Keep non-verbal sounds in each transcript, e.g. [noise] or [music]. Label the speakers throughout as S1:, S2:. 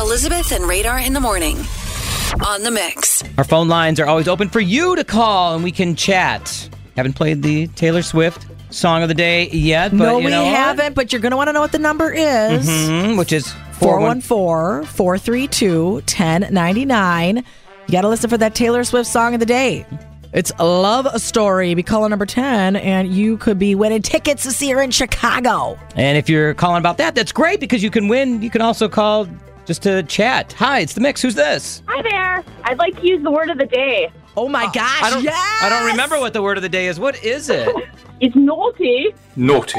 S1: Elizabeth and Radar in the morning on the mix.
S2: Our phone lines are always open for you to call and we can chat. Haven't played the Taylor Swift song of the day yet, but
S3: no,
S2: you
S3: we
S2: know what?
S3: haven't, but you're going to want to know what the number is.
S2: Mhm, which is 414.
S3: 414 432 1099. You got to listen for that Taylor Swift song of the day. It's Love Story. Be caller number 10, and you could be winning tickets to see her in Chicago.
S2: And if you're calling about that, that's great because you can win. You can also call just to chat. Hi, it's the mix. Who's this?
S4: Hi there. I'd like to use the word of the day.
S3: Oh my gosh.
S2: I don't
S3: yes!
S2: I don't remember what the word of the day is. What is it? [laughs]
S4: It's naughty.
S5: Naughty.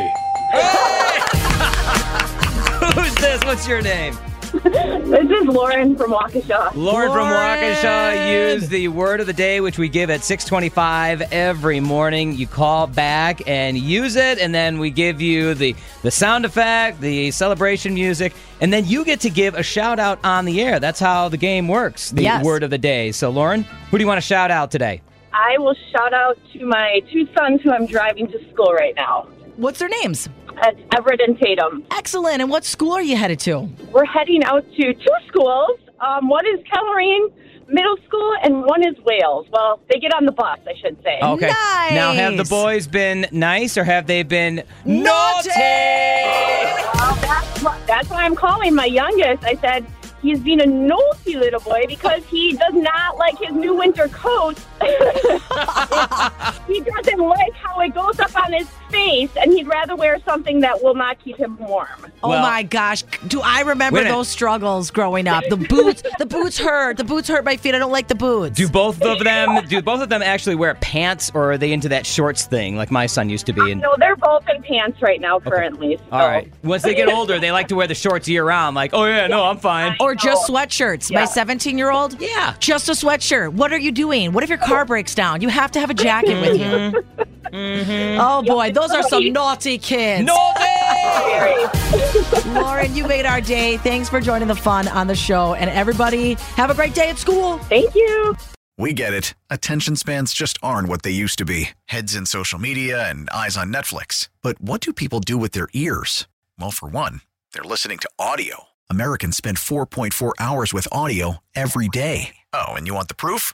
S2: Who's this? What's your name?
S4: This is Lauren from Waukesha.
S2: Lauren, from Waukesha
S3: Lauren!
S2: used the word of the day, which we give at 625 every morning. You call back and use it, and then we give you the, the sound effect, the celebration music, and then you get to give a shout out on the air. That's how the game works, the
S3: Yes.
S2: word of the day. So, Lauren, who do you want to shout out today?
S4: I will shout out to my two sons who I'm driving to school right now.
S3: What's their names?
S4: That's Everett and Tatum.
S3: Excellent. And what school are you headed to?
S4: We're heading out to two schools. Um, one is Kellerine Middle School and one is Wales. Well, they get on the bus, I should say.
S2: Okay. Now, have the
S3: Nice.
S2: boys been nice or have they been
S3: Naughty!
S4: Well, Oh, that's, wh- that's why I'm calling my youngest. I said he's being a naughty little boy because he does not like his new winter coat. [laughs] he doesn't like how it goes up on his face, and he'd rather wear something that will not keep him warm.
S3: oh
S2: Well-
S3: my gosh. Do I
S2: Wait
S3: remember
S2: a minute.
S3: those struggles growing up? The boots, the boots hurt. The boots hurt my feet. I don't like the boots.
S2: Do both of them do both of them actually wear pants or are they into that shorts thing like my son used to be? And
S4: No, they're both in pants right now, currently. So.
S2: All right. Once they get older, they like to wear the shorts year round. Like, oh yeah, no, I'm fine.
S3: or just sweatshirts. My
S4: Yeah.
S3: 17 year old?
S2: Oh, Yeah. Oh.
S3: Just a sweatshirt. What are you doing? What if your car breaks down? You have to have a jacket with you.
S2: Mm-hmm.
S3: Oh boy, those are some naughty kids.
S2: No day.
S4: Very.
S3: Lauren, you made our day. Thanks for joining the fun on the show. And everybody, have a great day at school.
S4: Thank you.
S6: We get it. Attention spans just aren't what they used to be heads in social media and eyes on Netflix. But what do people do with their ears? Well, for one, they're listening to audio. Americans spend 4.4 hours with audio every day. Oh, and you want the proof?